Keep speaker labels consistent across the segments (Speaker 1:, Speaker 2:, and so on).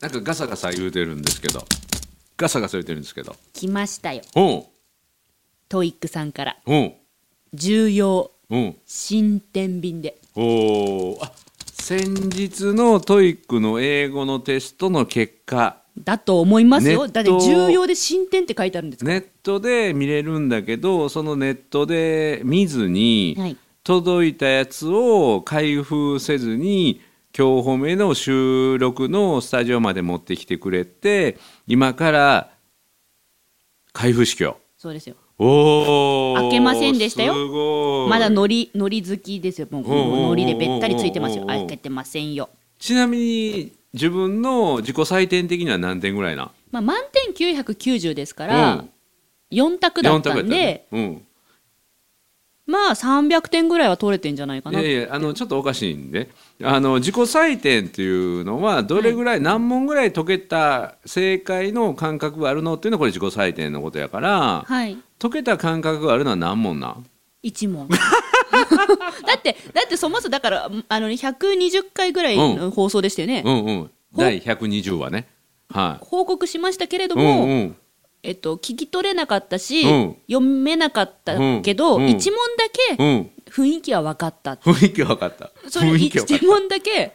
Speaker 1: なんかガサガサ言うてるんですけどガサガサ言うてるんですけど
Speaker 2: 来ましたよ
Speaker 1: うん
Speaker 2: トイックさんから
Speaker 1: うん
Speaker 2: 重要
Speaker 1: うん
Speaker 2: 新天秤で
Speaker 1: おーあ先日のトイックの英語のテストの結果
Speaker 2: だと思いますよ
Speaker 1: ネット
Speaker 2: だって重要で新天って書いてあるんですか
Speaker 1: ネットで見れるんだけどそのネットで見ずに、
Speaker 2: はい
Speaker 1: 届いたやつを開封せずに今日褒めの収録のスタジオまで持ってきてくれて今から開封式を
Speaker 2: そうですよ
Speaker 1: おー
Speaker 2: 開けませんでしたよ
Speaker 1: すごい
Speaker 2: まだのりのり好きですよもう
Speaker 1: おうおうおうおう
Speaker 2: のりでべったりついてますよ
Speaker 1: おうおうおう
Speaker 2: 開けてませんよ
Speaker 1: ちなみに自分の自己採点的には何点ぐらいな
Speaker 2: まあ満点990ですから
Speaker 1: うん
Speaker 2: 4択だった
Speaker 1: や
Speaker 2: ん
Speaker 1: ったね
Speaker 2: で
Speaker 1: うん
Speaker 2: まあ300点ぐらいは取れてんじゃないか
Speaker 1: い
Speaker 2: な
Speaker 1: やいやあのちょっとおかしいんであの自己採点っていうのはどれぐらい、何問ぐらい解けた正解の感覚があるのっていうのはこれ自己採点のことやから、
Speaker 2: はい
Speaker 1: 解けた感覚があるのは何問なん
Speaker 2: 一 問だってだってそもそもだからあのね120回ぐらいの放送でしたよね、
Speaker 1: うんうん第120話ねは
Speaker 2: 報告しましたけれど
Speaker 1: い、う
Speaker 2: も、
Speaker 1: んうん
Speaker 2: えっと、聞き取れなかったし、
Speaker 1: うん
Speaker 2: 読めなかったけど、
Speaker 1: うんうん
Speaker 2: 一問だ
Speaker 1: う
Speaker 2: け
Speaker 1: ん
Speaker 2: 雰囲気は分かった、
Speaker 1: 雰囲気は分かった
Speaker 2: それ
Speaker 1: 雰囲気は分かった
Speaker 2: 一問だけ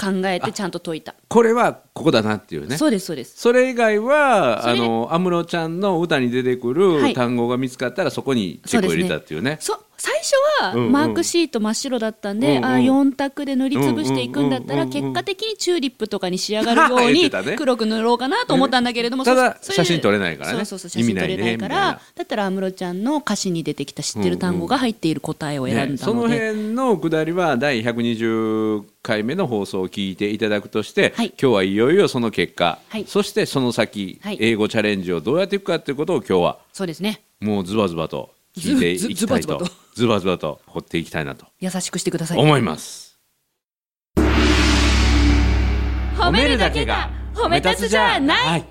Speaker 2: 考えてちゃんと解いた、
Speaker 1: これはここだなっていうね
Speaker 2: そうですそうです
Speaker 1: それ以外は
Speaker 2: それ
Speaker 1: あの安室ちゃんの歌に出てく
Speaker 2: はい
Speaker 1: る単語が見つかったらそこにチェックを入れたっていうね
Speaker 2: そ最初は
Speaker 1: うんうん
Speaker 2: マークシート真っ白だったんで、
Speaker 1: うんうん
Speaker 2: ああ4択で塗りつぶしていくんだったら、
Speaker 1: うんうんうんうん
Speaker 2: 結果的にチューリップとかに仕上がるよう
Speaker 1: 言っ
Speaker 2: に
Speaker 1: てたね
Speaker 2: 黒く塗ろうかなと思ったんだけれども、
Speaker 1: ただ
Speaker 2: そそ
Speaker 1: 写真撮れないからね
Speaker 2: そうそうそう写真撮れないか
Speaker 1: 意味ない
Speaker 2: ら
Speaker 1: ねみ
Speaker 2: だったら安室ちゃんの歌詞に出てきた知ってる単語が入っている答えを選ん
Speaker 1: ね
Speaker 2: だ
Speaker 1: その
Speaker 2: ので、
Speaker 1: 辺のくだりは第120回目の放送を聞いていただくとして、
Speaker 2: はい
Speaker 1: 今日はいよいよその結果、
Speaker 2: はい
Speaker 1: そしてその先、
Speaker 2: はい
Speaker 1: 英語チャレンジをどうやっていくかということを今日は
Speaker 2: そうですね
Speaker 1: もうズバズバと聞いていきたいと
Speaker 2: ズズズバズバと
Speaker 1: ズバズバと掘っていきたいなと
Speaker 2: 優しくしてください
Speaker 1: 思います。
Speaker 2: 褒めるだけが褒め立つじゃない
Speaker 1: はい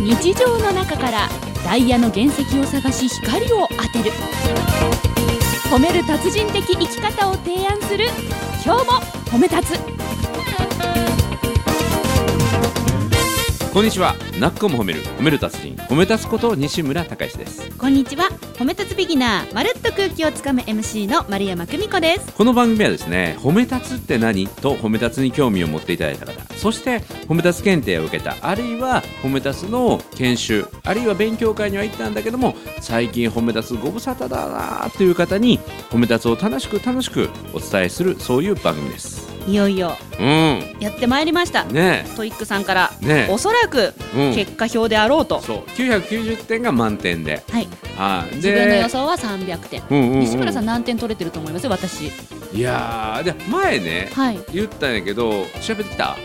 Speaker 2: 日常の中からダイヤの原石を探し光を当てる褒める達人的生き方を提案する今日も褒め立つ
Speaker 1: こんにちはなっこも褒める褒める達人褒め立つこと西村隆史です
Speaker 2: こんにちは褒め立つビギナーまるっと空気をつかむ MC の丸山久美子です
Speaker 1: この番組はですね褒め立つって何と褒め立つに興味を持っていただいた方そして褒め立つ検定を受けたあるいは褒め立つの研修あるいは勉強会には行ったんだけども最近褒め立つご無沙汰だなという方に褒め立つを楽しく楽しくお伝えするそういう番組です
Speaker 2: いよいよ
Speaker 1: うん
Speaker 2: やってまいりました
Speaker 1: ね
Speaker 2: トイックさんから、
Speaker 1: ねえ
Speaker 2: おそらく
Speaker 1: え、うん、
Speaker 2: 結果表であろうと、
Speaker 1: そう990点が満点で
Speaker 2: はい
Speaker 1: あで
Speaker 2: 自分の予想は300点、
Speaker 1: うんうんうん
Speaker 2: 西村さん何点取れてると思います私
Speaker 1: いやーで前ね
Speaker 2: はい
Speaker 1: 言ったんやけど調べてきた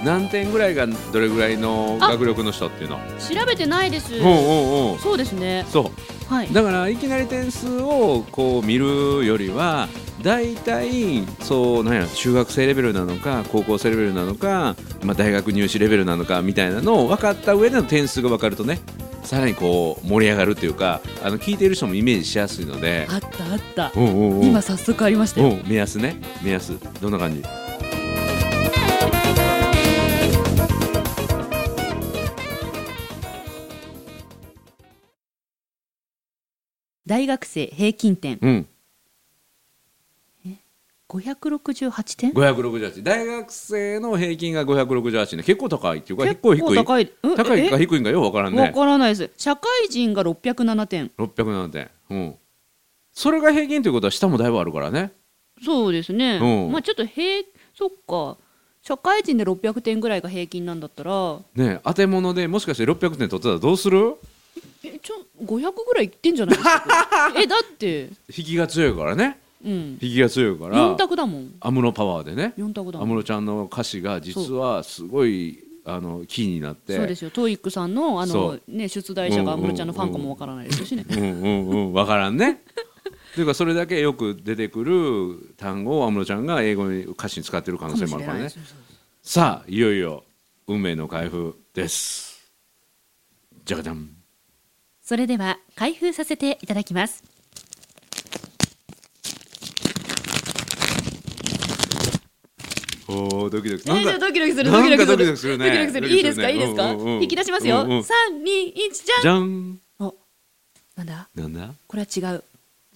Speaker 2: え
Speaker 1: 何点ぐらいがどれぐらいの学力の人っていうの
Speaker 2: 調べてないです、
Speaker 1: うんうんうん
Speaker 2: そうですね
Speaker 1: そ
Speaker 2: はいう
Speaker 1: だからいきなり点数をこう見るよりは大体そうなんや中学生レベルなのか高校生レベルなのか、まあ、大学入試レベルなのかみたいなのを分かった上での点数が分かるとねさらにこう盛り上がるというかあの聞いてる人もイメージしやすいので
Speaker 2: あったあった
Speaker 1: うんうんうん
Speaker 2: 今早速ありましたよ
Speaker 1: うん目安ね目安どんな感じ
Speaker 2: 大学生平均点
Speaker 1: うん
Speaker 2: 568点
Speaker 1: 568大学生の平均が568ね結構高いっていうか結構低い
Speaker 2: 高いうん
Speaker 1: 高いか
Speaker 2: え
Speaker 1: 低いんかよう分からん
Speaker 2: わ
Speaker 1: ね
Speaker 2: からないです社会人が607点
Speaker 1: 607点うんそれが平均ということは下もだいぶあるからね
Speaker 2: そうですね
Speaker 1: うん
Speaker 2: まあちょっと平そっか社会人で600点ぐらいが平均なんだったら
Speaker 1: ねえ当て物でもしかして600点取ってたらどうする
Speaker 2: えちょ500ぐらいいってんじゃないで すかえだって
Speaker 1: 引きが強いからね
Speaker 2: うん
Speaker 1: 引きが強いか
Speaker 2: 4
Speaker 1: ら
Speaker 2: 択だもん
Speaker 1: 安室パワーでね
Speaker 2: 4択だも
Speaker 1: 安
Speaker 2: ん
Speaker 1: 室ちゃんの歌詞が実はすごいあのキーになって
Speaker 2: そうですよトイックさんのあ
Speaker 1: そ
Speaker 2: の
Speaker 1: う
Speaker 2: ね出題者が安室ちゃんのファンかもわからないですしね
Speaker 1: うんうんうん分からんね。というかそれだけよく出てくる単語を安室ちゃんが英語に歌詞に使ってる可能性もあるからね
Speaker 2: かもしれないです
Speaker 1: さあいよいよ運命の開封ですじゃがじゃん
Speaker 2: それでは開封させていただきます
Speaker 1: おードキドキ
Speaker 2: えー、じゃあドキドキするド
Speaker 1: な
Speaker 2: キ
Speaker 1: んか
Speaker 2: ドキ
Speaker 1: ドキ
Speaker 2: する
Speaker 1: ドキするね
Speaker 2: ドキドキす
Speaker 1: ド
Speaker 2: るいい
Speaker 1: キドキ
Speaker 2: です
Speaker 1: す
Speaker 2: か
Speaker 1: るね
Speaker 2: いいですか
Speaker 1: うんうんうん
Speaker 2: 引き出しますよ
Speaker 1: うんう
Speaker 2: 321
Speaker 1: ん
Speaker 2: じゃん
Speaker 1: じゃん
Speaker 2: おなんだ
Speaker 1: なんだ
Speaker 2: これは違う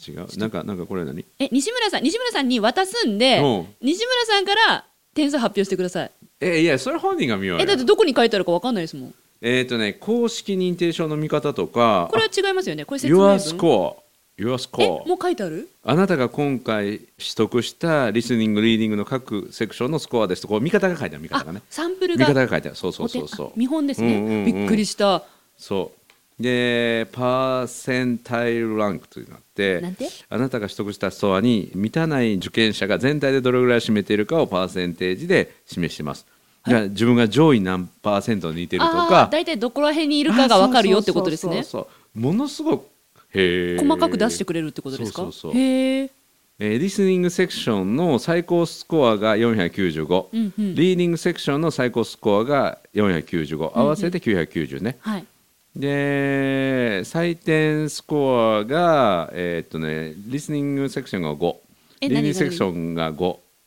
Speaker 1: 違うなんかなんかこれ何
Speaker 2: え西村さん西村さんに渡すんで
Speaker 1: うん
Speaker 2: 西村さんから点数発表してください
Speaker 1: えいやそれ本人が見ようよ
Speaker 2: えだってどこに書いてあるかわかんないですもん
Speaker 1: えっ、とね公式認定証の見方とか
Speaker 2: これは違いますよねこれ説明
Speaker 1: Your
Speaker 2: 文
Speaker 1: score Your
Speaker 2: え
Speaker 1: score
Speaker 2: もう書いてある
Speaker 1: あなたが今回取得したリスニングリーディングの各セクションのスコアですとこう見方が書いてある見
Speaker 2: あ
Speaker 1: 方がね
Speaker 2: サンプル
Speaker 1: 見
Speaker 2: が
Speaker 1: 方が書いてあるそうそう
Speaker 2: お手
Speaker 1: そうそ
Speaker 2: あ
Speaker 1: う
Speaker 2: 見本です
Speaker 1: うんうんう
Speaker 2: ね
Speaker 1: ん
Speaker 2: びっくりした
Speaker 1: そうでパーセンタイルランクというのがあって
Speaker 2: なんて
Speaker 1: あなたが取得したスコアに満たない受験者が全体でどれぐらい占めているかをパーセンテージで示してますだから自分が上位何パーセントに似てると
Speaker 2: ああ
Speaker 1: か
Speaker 2: 大体どこら辺にいるかがわかるよってことです
Speaker 1: あそ
Speaker 2: ね
Speaker 1: うそうそうそうものすごくへー
Speaker 2: 細かく出してくれるってことですか
Speaker 1: そうそうそう
Speaker 2: へえ
Speaker 1: えーリスニングセクションの最高スコアが495、
Speaker 2: うんうん
Speaker 1: リーディングセクションの最高スコアが495合わせて990ね、
Speaker 2: はい
Speaker 1: で採点スコアがえーっとねリスニングセクションが5リー
Speaker 2: え
Speaker 1: ディン
Speaker 2: 何
Speaker 1: グセクションが5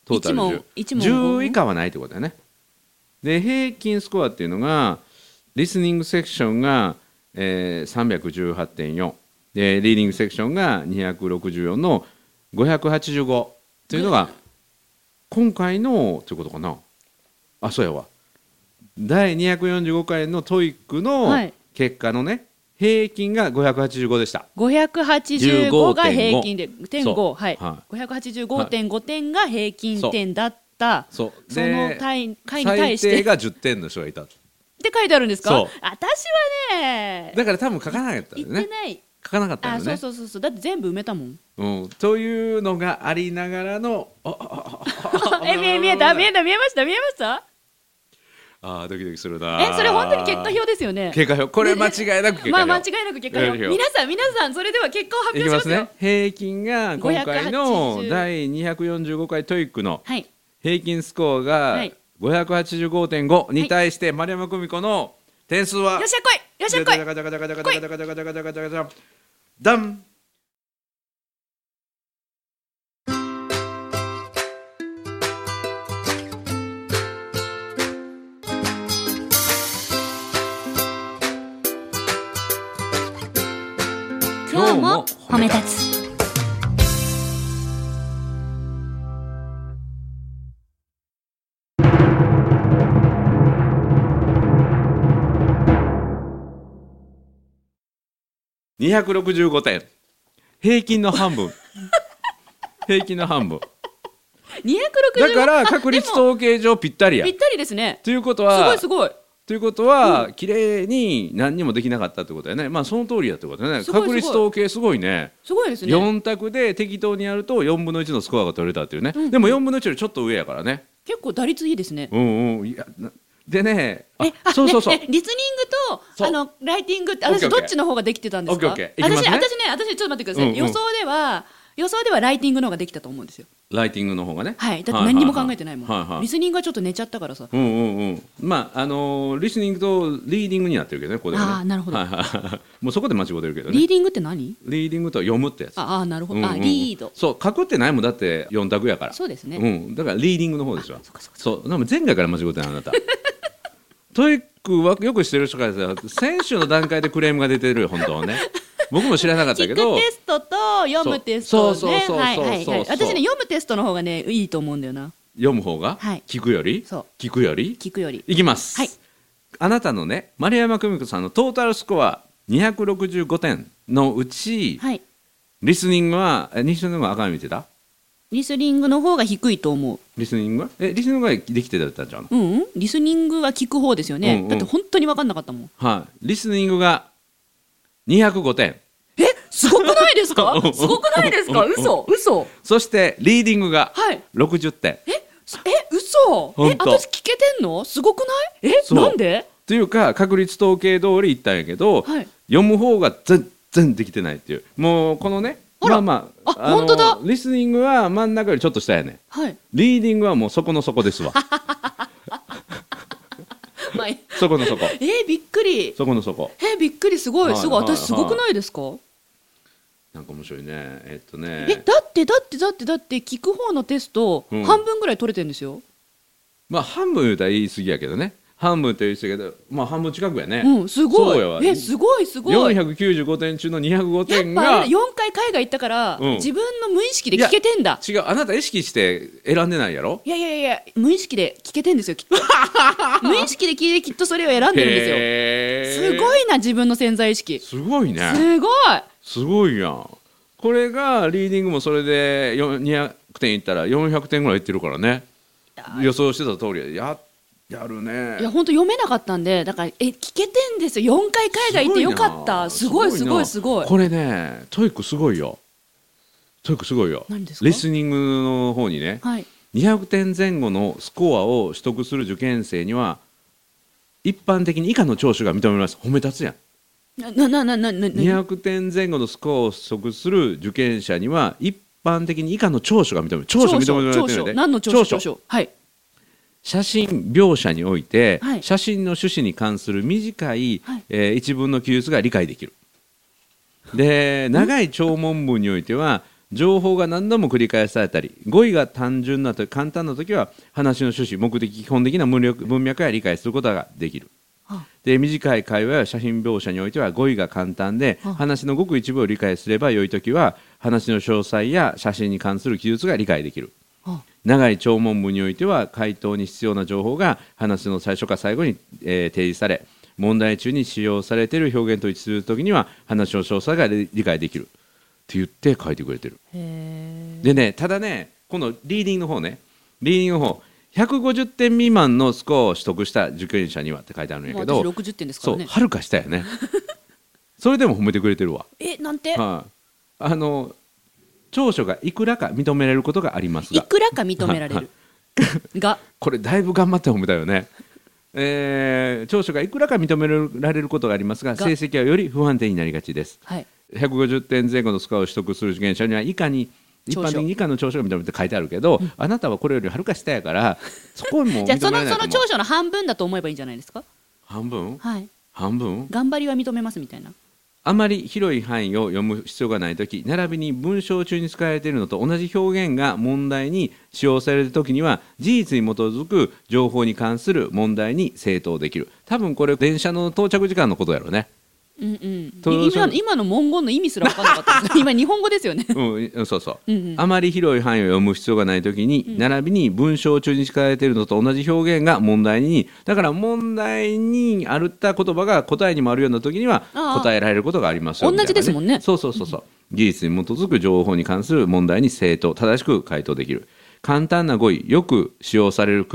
Speaker 1: トータル10
Speaker 2: 一問一問
Speaker 1: 10以下はないってことだよねで平均スコアっていうのがリスニングセクションが、えー、318.4でリーディングセクションが264の585というのが今回のということかなあそうやわ第245回のトイック
Speaker 2: は
Speaker 1: の
Speaker 2: い
Speaker 1: 結果のね、平均が585でした
Speaker 2: 585が平均で点
Speaker 1: そう
Speaker 2: 5はい
Speaker 1: は
Speaker 2: 585.5点が平均点だったそ
Speaker 1: そう
Speaker 2: の
Speaker 1: で
Speaker 2: 対回に対
Speaker 1: 最
Speaker 2: し
Speaker 1: 低
Speaker 2: てっ
Speaker 1: が10点の人がいた
Speaker 2: て書いてあるんですか
Speaker 1: そう
Speaker 2: 私はね
Speaker 1: だから多分書かなかったん
Speaker 2: 行
Speaker 1: だ
Speaker 2: って
Speaker 1: ね
Speaker 2: ない
Speaker 1: 書かなかった
Speaker 2: あ
Speaker 1: ん
Speaker 2: そ
Speaker 1: だ
Speaker 2: う
Speaker 1: ね
Speaker 2: そうそうそうだって全部埋めたもん
Speaker 1: うんというのがありながらのあああああ
Speaker 2: え見え見えた見えた見えました見えました
Speaker 1: あードキドキするな
Speaker 2: えそれ本当に結果表ですよね
Speaker 1: 結果表これ間違いなく結果表
Speaker 2: まあ間違いなく結果表
Speaker 1: 結果表
Speaker 2: 皆さん皆さんそれでは結果を発
Speaker 1: いき
Speaker 2: 表しま
Speaker 1: ます
Speaker 2: すよ
Speaker 1: ね平均が今回の
Speaker 2: 580
Speaker 1: 第245回トイックの
Speaker 2: はい
Speaker 1: 平均スコア
Speaker 2: は
Speaker 1: が
Speaker 2: い
Speaker 1: 585.5に対して丸山久美子の点数は
Speaker 2: よっしゃ来いよっしゃ来い
Speaker 1: ガチャガチャガチャガチャガチャガチャガチャガチャガチャガチャガチャガチャガチャガチャガチャガチャガチャダン今日も褒め
Speaker 2: 立つ
Speaker 1: 265点平均の半 分平均の半分
Speaker 2: 265
Speaker 1: だから確率統計上ぴったりや
Speaker 2: ぴったりですね
Speaker 1: ということ
Speaker 2: すご
Speaker 1: はい
Speaker 2: すごい
Speaker 1: ということは、綺麗に何にもできなかったってことだよねまあその通りだってことだよね
Speaker 2: すごい
Speaker 1: 確率
Speaker 2: すご
Speaker 1: 統計すごいね
Speaker 2: すごいですね
Speaker 1: 4択で適当にやると4分の1のスコアが取れたっていうね、
Speaker 2: ん
Speaker 1: でも4分の1よりちょっと上やからね
Speaker 2: 結構打率いいですね
Speaker 1: うんうんいやなでねあ
Speaker 2: えあ
Speaker 1: そうそうそう
Speaker 2: ねねリスニングと
Speaker 1: そう
Speaker 2: あのライティングって
Speaker 1: オッケーオ
Speaker 2: 私
Speaker 1: ッケ
Speaker 2: ど
Speaker 1: ー
Speaker 2: っちの方ができてたんですか
Speaker 1: オッ
Speaker 2: 私
Speaker 1: ケーオッケー
Speaker 2: ね
Speaker 1: いきます
Speaker 2: 私
Speaker 1: ね
Speaker 2: ね私ちょっと待ってください、
Speaker 1: うんうん
Speaker 2: 予想では予想ではライティングの方ができたと思うんですよ
Speaker 1: ライティングの方がね
Speaker 2: はいだって何にも考えてないもん、
Speaker 1: はいはいはい
Speaker 2: リスニングはちょっと寝ちゃったからさ
Speaker 1: うんうんうんまああのーリスニングとリーディングになってるけどねここではね
Speaker 2: あーなるほど
Speaker 1: はいはいはい もうそこで間違ってるけどね
Speaker 2: リーディングって何
Speaker 1: リーディングとは読むってやつ
Speaker 2: ああなるほど、
Speaker 1: うんうん
Speaker 2: あリード
Speaker 1: そう書くってないもんだって4択やから
Speaker 2: そうですね、
Speaker 1: うん、だからリーディングの方でしょ
Speaker 2: そっかそっか
Speaker 1: そうでも前回から間違ってないあな たトイックはよくしてる人からさ選手の段階でクレームが出てるよ本当はね僕も知らなかった
Speaker 2: 聞
Speaker 1: け
Speaker 2: く
Speaker 1: ど
Speaker 2: テストと読むテスト
Speaker 1: そう
Speaker 2: ね
Speaker 1: そうそうそう
Speaker 2: はいはい
Speaker 1: そうそ
Speaker 2: はいう
Speaker 1: そう
Speaker 2: 私ね読むテストの方がねいいと思うんだよな
Speaker 1: 読む方が、
Speaker 2: はい
Speaker 1: 聞くより
Speaker 2: そう
Speaker 1: 聞くより
Speaker 2: 聞くより
Speaker 1: いきます、
Speaker 2: はい
Speaker 1: あなたのね丸山久美子さんのトータルスコア265点のうち、
Speaker 2: はい
Speaker 1: リスニングはえリスニングは赤見てた
Speaker 2: リスニングの方が低いと思う
Speaker 1: リスニングはえリスニングができてたんちゃうの
Speaker 2: うん、うん、リスニングは聞く方ですよね、
Speaker 1: うんうん
Speaker 2: だって本当に分かんなかったもん
Speaker 1: はいリスニングが205点
Speaker 2: えすごくないで すかすごくないですか嘘嘘
Speaker 1: そしてリーディングが
Speaker 2: はい
Speaker 1: 60点、
Speaker 2: えすえ嘘え
Speaker 1: 本当
Speaker 2: 私聞けてんのすごくないえ
Speaker 1: そう
Speaker 2: なんで
Speaker 1: というか確率統計通りいったんやけど、
Speaker 2: はい
Speaker 1: 読む方が全然できてないっていうもうこのね
Speaker 2: あら
Speaker 1: まあまあ
Speaker 2: あ本当だ
Speaker 1: リスニングは真ん中よりちょっと下やね
Speaker 2: はい
Speaker 1: リーディングはもうそこの底ですわ
Speaker 2: まあえ
Speaker 1: そこの底
Speaker 2: ーびっくり
Speaker 1: そこの底
Speaker 2: えーびっくりすご
Speaker 1: はい
Speaker 2: いすごい
Speaker 1: はい
Speaker 2: 私すごくないですか
Speaker 1: なんか面白いねえっと
Speaker 2: え
Speaker 1: ね
Speaker 2: だってだってだってだって聞く方のテスト
Speaker 1: うん
Speaker 2: 半分ぐらい取れてるんですよ
Speaker 1: まあ半分言うたら言い過ぎやけどね半分と言い過ぎやけどまあ半分近くやね、
Speaker 2: うん、すご
Speaker 1: そうやわ
Speaker 2: い。え、すごい、すごい。やっ
Speaker 1: 495点中の205
Speaker 2: ぱ
Speaker 1: 点が
Speaker 2: あれ4回海外行ったから、
Speaker 1: うん
Speaker 2: 自分の無意識で聞けてんだ。
Speaker 1: 違うあなた意識して選んでないやろ
Speaker 2: いやいやいや、無意識で聞けてんです よ、きっと。無意識で聞いてきっとそれを選んでるんで
Speaker 1: へ
Speaker 2: すよ。
Speaker 1: ー
Speaker 2: すごいな、自分の潜在意識。
Speaker 1: すごいね
Speaker 2: すごい。
Speaker 1: すごいやんこれがリーディングもそれでよ200点いったら400点ぐらいいってるからね予想してた通りややるね
Speaker 2: いや、本当読めなかったんで、だから、え、聞けてんですよ。4回海外行ってよかった。すごい、すごい、すごい。
Speaker 1: これねトイックすごいよトイックすごいよ
Speaker 2: 何ですか
Speaker 1: リスニングの方にね
Speaker 2: はい。
Speaker 1: 200点前後のスコアを取得する受験生には一般的に以下の聴取が認められます褒め立つやん
Speaker 2: な、な、な、な、な、な、
Speaker 1: 200点前後のスコアを取得する受験者には一般的に以下の聴取が認められる聴取認められて
Speaker 2: 長
Speaker 1: るよ
Speaker 2: 所
Speaker 1: ね
Speaker 2: 何の長所長所はい。
Speaker 1: 写真描写において、
Speaker 2: はい
Speaker 1: 写真の趣旨に関する短い、
Speaker 2: はい
Speaker 1: えー一文の記述が理解できるで長い長文文においては情報が何度も繰り返されたり語彙が単純なと簡単な時は話の趣旨目的基本的な文力文脈や理解することができる
Speaker 2: あ
Speaker 1: で短い会話や写真描写においては語彙が簡単で
Speaker 2: あ
Speaker 1: 話のごく一部を理解すれば良い時は話の詳細や写真に関する記述が理解できる
Speaker 2: あ
Speaker 1: 長い聴聞文においては回答に必要な情報が話の最初か最後に、えー提示され問題中に使用されている表現と一致するときには話の詳細が理理解できるって言って書いてくれてる
Speaker 2: へ
Speaker 1: でねただねこのリーディングの方ねリーディングの方150点未満のスコアを取得した受験者にはって書いてあるん
Speaker 2: え。
Speaker 1: や
Speaker 2: もう
Speaker 1: け
Speaker 2: 私
Speaker 1: ど、
Speaker 2: 60点ですか
Speaker 1: そ
Speaker 2: ら
Speaker 1: う
Speaker 2: ね。
Speaker 1: はるか下やね それでも褒めてくれてるわ
Speaker 2: え、なんて
Speaker 1: はいあの長所がいくらか認められることがあります
Speaker 2: い
Speaker 1: が
Speaker 2: くらか認めら れる。が、
Speaker 1: これだいぶ頑張って褒めたよね。えー長所がいくらか認められることがありますが
Speaker 2: が
Speaker 1: 成績はより不安定になりがちです
Speaker 2: はい。
Speaker 1: 150点前後のスコアを取得する受験者には以下に一
Speaker 2: 長所
Speaker 1: 般的に以下の長所が認められるって書いてあるけど、あなたはこれよりはるか下やからそこも認め
Speaker 2: じ
Speaker 1: られな
Speaker 2: ゃあ
Speaker 1: いと
Speaker 2: その
Speaker 1: 思う
Speaker 2: その長所の半分だと思えばいいんじゃないですか。
Speaker 1: 半分
Speaker 2: はい。
Speaker 1: 半分
Speaker 2: 頑張りは認めますみたいな。
Speaker 1: あまり広い範囲を読む必要がないとき、並びに文章中に使われているのと同じ表現が問題に使用されるときには、事実に基づく情報に関する問題に正当できる。多分これ、電車の到着時間のことやろうね。
Speaker 2: うんうん。
Speaker 1: と
Speaker 2: 今
Speaker 1: そ
Speaker 2: の
Speaker 1: の
Speaker 2: 今の文言の意味すら分かんなか ったです。今日本語ですよね。
Speaker 1: うん、そうそう。
Speaker 2: うんうん
Speaker 1: あまり広い範囲を読む必要がないときに、並びに文章中に使われているのと同じ表現が問題に、だから問題にあるった言葉が答えにもあるようなときには
Speaker 2: ああ
Speaker 1: 答えられることがありますよ
Speaker 2: 同じ
Speaker 1: みたいな
Speaker 2: ですもんね
Speaker 1: そうそうそうそう。技術に基づく情報に関する問題に正当、正しく回答できる。簡単な語彙、よく使用される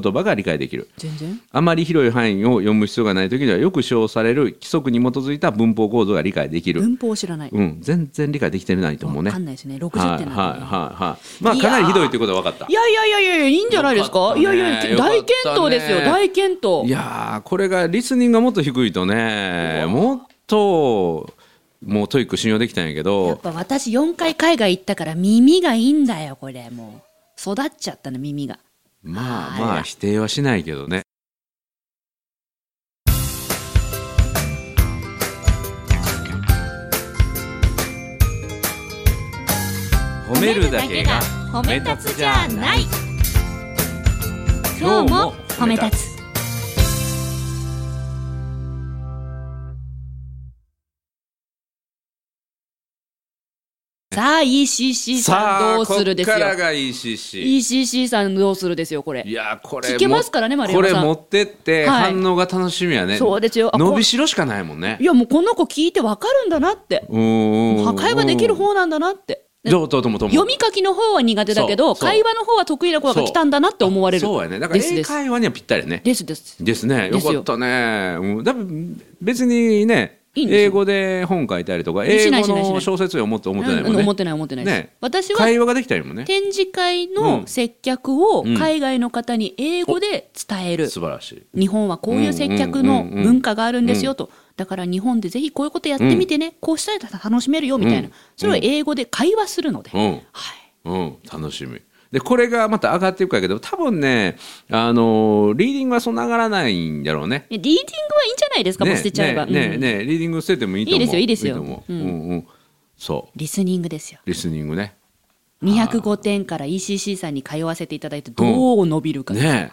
Speaker 1: 言葉が理解できる。
Speaker 2: 全然。
Speaker 1: あまり広い範囲を読む必要がないときには、よく使用される規則に基づいた文法構造が理解できる。
Speaker 2: 文法を知らない。
Speaker 1: うん、全然理解できてないと思うね
Speaker 2: 分か。んないですね。60
Speaker 1: はいはい
Speaker 2: 点なんでね。
Speaker 1: はいはい。まあ
Speaker 2: いやー
Speaker 1: かなりひどいってことは分かった。
Speaker 2: いやいやいやいやいやいいんじゃないです
Speaker 1: よかっ
Speaker 2: か。
Speaker 1: たね
Speaker 2: いやいやいや
Speaker 1: よかった
Speaker 2: 大
Speaker 1: ね
Speaker 2: 健闘ですよ。大健闘。
Speaker 1: いやーこれがリスニングがもっと低いとね、もっともうトイック信用できたんやけ
Speaker 2: やっ
Speaker 1: ど、
Speaker 2: ぱ私4回海外行ったから耳がいいんだよこれもう育っちゃったの耳が
Speaker 1: まあ
Speaker 2: あ
Speaker 1: ま
Speaker 2: ら
Speaker 1: あ否定はしないけどね。褒めるだけが
Speaker 2: 褒
Speaker 1: め立つじゃない今日も褒め立
Speaker 2: つさあ ECC さん
Speaker 1: さ
Speaker 2: ど
Speaker 1: あ
Speaker 2: うするですよ
Speaker 1: こっからが ECC。
Speaker 2: ECC さんどうするですよこれ
Speaker 1: いやーこれ
Speaker 2: 聞けますからね丸
Speaker 1: こ
Speaker 2: 山
Speaker 1: れ
Speaker 2: さん
Speaker 1: 持ってって
Speaker 2: はい
Speaker 1: 反応が楽しみやね、
Speaker 2: そうですよあ
Speaker 1: 伸
Speaker 2: こ
Speaker 1: びしろしかないもんね
Speaker 2: いやもうこの子聞いてわかるんだなって
Speaker 1: うん
Speaker 2: 破壊はできる方なんだなって
Speaker 1: どうどうともとも
Speaker 2: 読み書きの方は苦手だけど
Speaker 1: そうそう
Speaker 2: 会話の方は得意な子が来たんだなって思われる
Speaker 1: そうやねだから
Speaker 2: です
Speaker 1: 英
Speaker 2: です
Speaker 1: 会話にはぴったりね
Speaker 2: ですです
Speaker 1: ですね
Speaker 2: で
Speaker 1: よ
Speaker 2: すよ
Speaker 1: かったねうんだ分別にね
Speaker 2: いいんですよ
Speaker 1: 英語で本書いたりとか
Speaker 2: し
Speaker 1: 英
Speaker 2: ない
Speaker 1: 語
Speaker 2: しないしない
Speaker 1: の小説を思って思ってないも
Speaker 2: うんん思っ
Speaker 1: ね
Speaker 2: てない思ってないです、
Speaker 1: ね
Speaker 2: 私は
Speaker 1: 会話ができたりもね
Speaker 2: 展示会
Speaker 1: う
Speaker 2: の
Speaker 1: ん
Speaker 2: 接客を
Speaker 1: うん
Speaker 2: 海外の方に英語で伝える、
Speaker 1: 素晴らしい
Speaker 2: 日本はこういう接客の
Speaker 1: うんうんうんうん
Speaker 2: 文化があるんですよと、だから日本でぜひこういうことやってみてね、こうしたら楽しめるよみたいな、
Speaker 1: うん
Speaker 2: それを英語で会話するので、
Speaker 1: うん
Speaker 2: はい、
Speaker 1: うん、楽しみ。で、これがまた上がっていくやけど、多分ね、あのーリーディングはそんな上がらないんだろうね。
Speaker 2: いやリーディングはいいんじゃないですか、もう捨てちゃえば、
Speaker 1: ねね
Speaker 2: うんうん
Speaker 1: ねねリーディング捨ててもいいと思う。
Speaker 2: いいですよいいですよ
Speaker 1: と思う
Speaker 2: う
Speaker 1: うんんうん。そ
Speaker 2: リスニングですよ
Speaker 1: う、リスニングね。
Speaker 2: 205点から ECC さんに通わせていただいてどう伸びるか、
Speaker 1: ね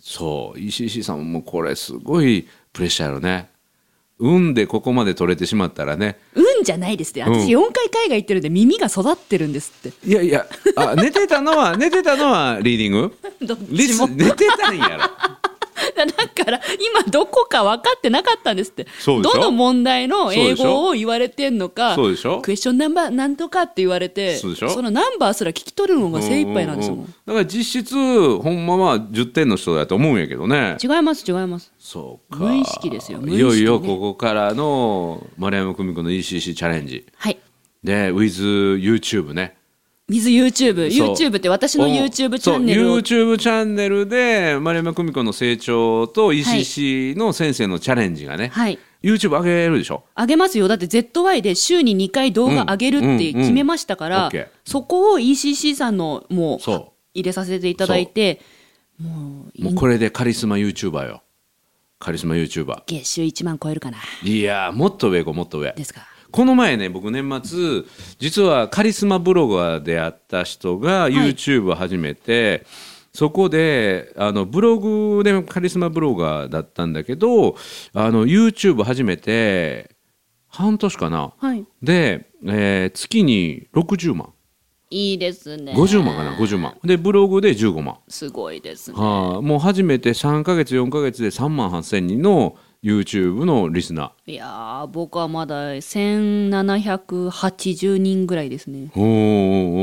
Speaker 1: そう ECC さんももうこれすごいプレッシャーやろね運でここまで取れてしまったらね
Speaker 2: 運じゃないですって
Speaker 1: うん
Speaker 2: 私4回海外行ってるんで耳が育ってるんですって
Speaker 1: いやいやあ寝てたの は寝てたのはリーディング
Speaker 2: どっちも
Speaker 1: リス寝てたん やろ
Speaker 2: だから今どこか分かってなかったんですって
Speaker 1: そうでしょ
Speaker 2: どの問題の英
Speaker 1: そうでしょ
Speaker 2: 語を言われてんのか
Speaker 1: そうでしょ
Speaker 2: クエスチョンナンバーなんとかって言われて
Speaker 1: そうでしょ
Speaker 2: のナンバーすら聞き取るのが精一杯なんですもん
Speaker 1: うううだから実質ほんまは10点の人だと思うんやけどね
Speaker 2: 違います違います
Speaker 1: そうか
Speaker 2: 無意識ですよ無意識ね
Speaker 1: いよいよここからの丸山久美子の ECC チャレンジ
Speaker 2: はい
Speaker 1: で WithYouTube ね
Speaker 2: 水 YouTube
Speaker 1: そう
Speaker 2: YouTube って私の
Speaker 1: お
Speaker 2: YouTube チャンネル
Speaker 1: そ
Speaker 2: を
Speaker 1: う YouTube チャンネルで丸山久美子の成長と ECC の先生のチャレンジがね、
Speaker 2: はい
Speaker 1: YouTube 上げるでしょ
Speaker 2: 上げますよだって ZY で週に2回動画上げるって決めましたから、
Speaker 1: うんうんうん OK
Speaker 2: そこを ECC さんのもう
Speaker 1: そ
Speaker 2: 入れさせていただいてもう
Speaker 1: もうこれでカリスマ YouTuber よカリスマ YouTuber
Speaker 2: 月収1万超えるかない
Speaker 1: やーもっと上行こうもっと上
Speaker 2: ですか
Speaker 1: この前ね僕年末実はカリスマブロガーであった人が YouTube を始めて、そこであのブログでカリスマブロガーだったんだけどあの YouTube を始めて半年かな、
Speaker 2: はい
Speaker 1: で、えー月に60万
Speaker 2: いいですね
Speaker 1: 50万かな50万でブログで15万
Speaker 2: すごいですね
Speaker 1: はあ、もう初めて3ヶ月4ヶ月で3万8000人の YouTube のリスナー
Speaker 2: いやー僕はまだ1780人ぐらいですね
Speaker 1: おーおーおー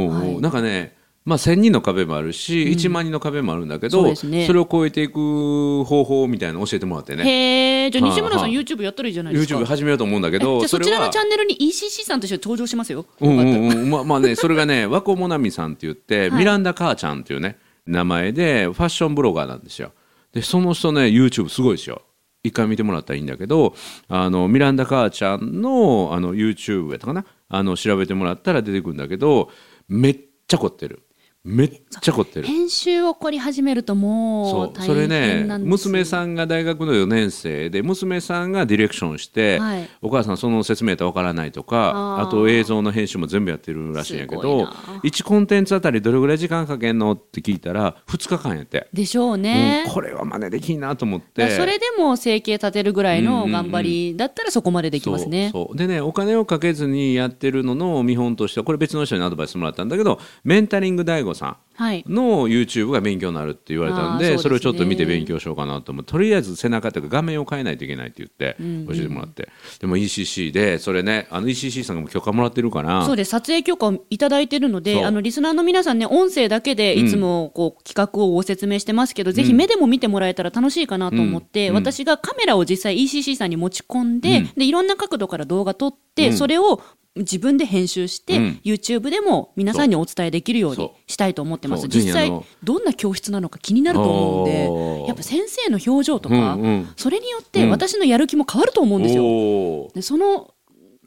Speaker 1: おー
Speaker 2: はい
Speaker 1: なんかね、まあ、1,000人の壁もあるし、1万人の壁もあるんだけど
Speaker 2: そうですね
Speaker 1: れを超えていく方法みたいなの教えてもらってね
Speaker 2: へえじゃあ西村さ
Speaker 1: は
Speaker 2: ん
Speaker 1: い
Speaker 2: YouTube やったらいいじゃないですか
Speaker 1: YouTube 始めようと思うんだけど
Speaker 2: えじゃあそちらのチャ
Speaker 1: ン
Speaker 2: ンネルに ECC さんとして登場しますよ
Speaker 1: うんうんうん、まあまあね、それがね、和光もなみさんって言って、ミランダ母ちゃんっていうね、名前で、ファッションブロガーなんですよ。で、その人ね、YouTube すごいですよ。一回見てもらったらいいんだけど、あの、ミランダ母ちゃんの、あの、YouTube やったかなあの、調べてもらったら出てくるんだけど、めっちゃ凝ってる。めっちゃ凝ってる。
Speaker 2: 編集を凝り始めるともう
Speaker 1: そう
Speaker 2: 大
Speaker 1: それね
Speaker 2: 変なんですよ
Speaker 1: 娘さんが大学の4年生で娘さんがディレクションして、
Speaker 2: はい
Speaker 1: お母さんその説明やったらわからないとか
Speaker 2: あ
Speaker 1: あ
Speaker 2: ー
Speaker 1: と映像の編集も全部やってるらしいんやけ
Speaker 2: すごい
Speaker 1: ど
Speaker 2: な
Speaker 1: 1コンテンツあたりどれぐらい時間かけんのって聞いたら2日間やって、
Speaker 2: でしょうね、
Speaker 1: うんこれは真似できんなと思っ
Speaker 2: だ
Speaker 1: て
Speaker 2: からそれでも生計立てるぐらいの頑張りだったらそこまでできますね。
Speaker 1: そうそうでねお金をかけずにやってるのの見本としてはこれ別の人にアドバイスもらったんだけどメンタリング大悟さん
Speaker 2: はい。
Speaker 1: の YouTube が勉強になるって言われたんで
Speaker 2: あーそうですね
Speaker 1: それをちょっと見て勉強しようかなと思ってとりあえず背中というか画面を変えないといけないって言って教えてもらって、でも ECC でそれねあの ECC さんがもう許可もらってるから
Speaker 2: そうです撮影許可をいただいてるの
Speaker 1: そ
Speaker 2: で、
Speaker 1: う
Speaker 2: あのリスナーの皆さんね、音声だけでいつもこう企画をご説明してますけど、ぜひ目でも見てもらえたら楽しいかなと思って、
Speaker 1: うん
Speaker 2: 私がカメラを実際、ECC さんに持ち込んで、でいろんな角度から動画撮って、それを自分で編集して、
Speaker 1: うん
Speaker 2: YouTube でも皆さんにお伝えできるよう
Speaker 1: そう
Speaker 2: にしたいと思ってま
Speaker 1: そ
Speaker 2: す、
Speaker 1: うぜひ
Speaker 2: 実
Speaker 1: あ
Speaker 2: 際
Speaker 1: の、
Speaker 2: どんな教室なのか気になると思うん
Speaker 1: おー
Speaker 2: で、やっぱ先生の表情とか、
Speaker 1: うんうん
Speaker 2: それによっ
Speaker 1: う
Speaker 2: て
Speaker 1: ん
Speaker 2: 私のやる気も変わると思うんですよ。
Speaker 1: おー
Speaker 2: でその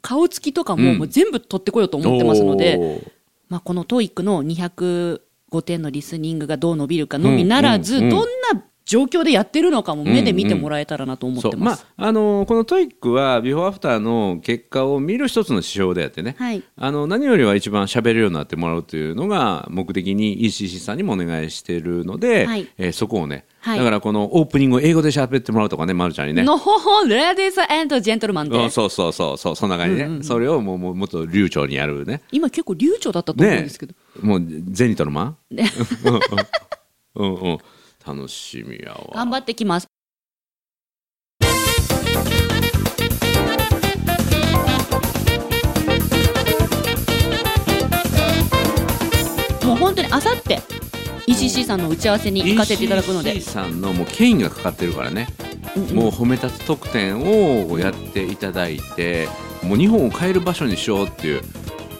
Speaker 2: 顔つきとか
Speaker 1: う
Speaker 2: も
Speaker 1: ん
Speaker 2: もう全部取ってこようと思ってますので、
Speaker 1: おー
Speaker 2: まあ、この TOEIC の205点のリスニングがどう伸びるかのみならず、
Speaker 1: うんうんうん
Speaker 2: どんな状況でやってるのかも目で見てもらえたらなと思っ
Speaker 1: そ
Speaker 2: て
Speaker 1: うま
Speaker 2: ま
Speaker 1: あ
Speaker 2: す。
Speaker 1: あのこのトイックはビフォーアフターの結果を見る一つの指標であってね、
Speaker 2: はい
Speaker 1: あの何よりは一番喋れるようになってもらうというのが目的に ECC さんにもお願いしているので、
Speaker 2: はい
Speaker 1: えーそこをね、
Speaker 2: はい
Speaker 1: だからこのオープニングを英語で喋ってもらうとかね、ま、るちゃんにね。
Speaker 2: のほほん、レディース・エンド・ジェントルマン
Speaker 1: う
Speaker 2: で
Speaker 1: ん、そうそうそうそうそんな感じね、それをもうもうもっと流暢にやるね
Speaker 2: 今結構流暢だったと思うん
Speaker 1: ね
Speaker 2: ですけど、
Speaker 1: もうゼニトの間
Speaker 2: ね
Speaker 1: うんうん楽しみやわ
Speaker 2: 頑張ってきます。もう本当にあさって ECC さんの打ち合わせに行かせていただくので
Speaker 1: ECC さんのもう権威がかかってるからね、もう褒め立つ特典をやっていただいてもう日本を変える場所にしようっていう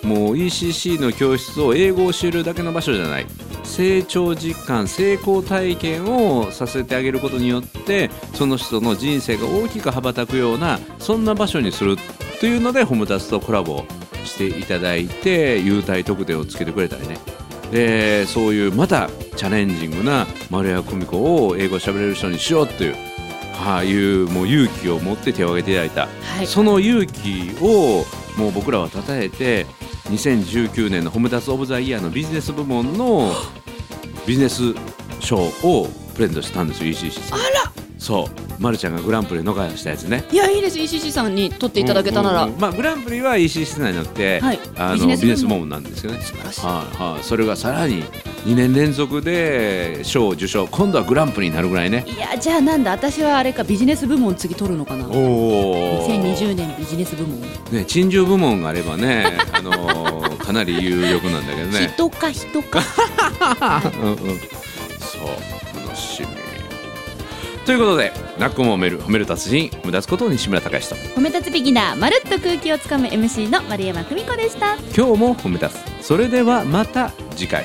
Speaker 1: もう ECC の教室を英語を教えるだけの場所じゃない成長実感成功体験をさせてあげることによってその人の人生が大きく羽ばたくようなそんな場所にするというのでホムタツとコラボしていただいて優待特典をつけてくれたりねでそういうまたチャレンジングな丸谷久美子を英語喋れる人にしようという。ああいうもう勇気を持って手を挙げていただいた、
Speaker 2: はい
Speaker 1: その勇気をもう僕らは称えて2019年のホムダス・オブ・ザ・イヤーのビジネス部門のビジネス賞をプレゼントしたんですよ ECC さんあらそう、ま、るちゃんがグランプリ逃したやつね
Speaker 3: いやいいです ECC さんに取っていただけたなら、
Speaker 1: うんうんうんまあ、グランプリは ECC さんになって、
Speaker 3: はい
Speaker 1: あのビ
Speaker 3: ビ
Speaker 1: ジ
Speaker 3: ジ
Speaker 1: ネ
Speaker 3: ネ
Speaker 1: ス
Speaker 3: ス
Speaker 1: モ
Speaker 3: モ
Speaker 1: ーンなんですよね
Speaker 3: 素晴らしい
Speaker 1: はいはい、それがさらに2年連続で賞を受賞今度はグランプリになるぐらいね
Speaker 3: いやじゃあなんだ私はあれかビジネス部門次取るのかな
Speaker 1: おお
Speaker 3: 2020年ビジネス部門、
Speaker 1: ね珍獣部門があればね、あのーかなり有力なんだけどね
Speaker 3: 人か人 か
Speaker 1: うんうんそう楽しみということで「泣くも褒める褒める達人褒め出すことを西村隆之と
Speaker 2: 褒め立つビギナーまるっと空気をつかむ MC の丸山久美子でした
Speaker 1: 今日も褒め出すそれではまた次回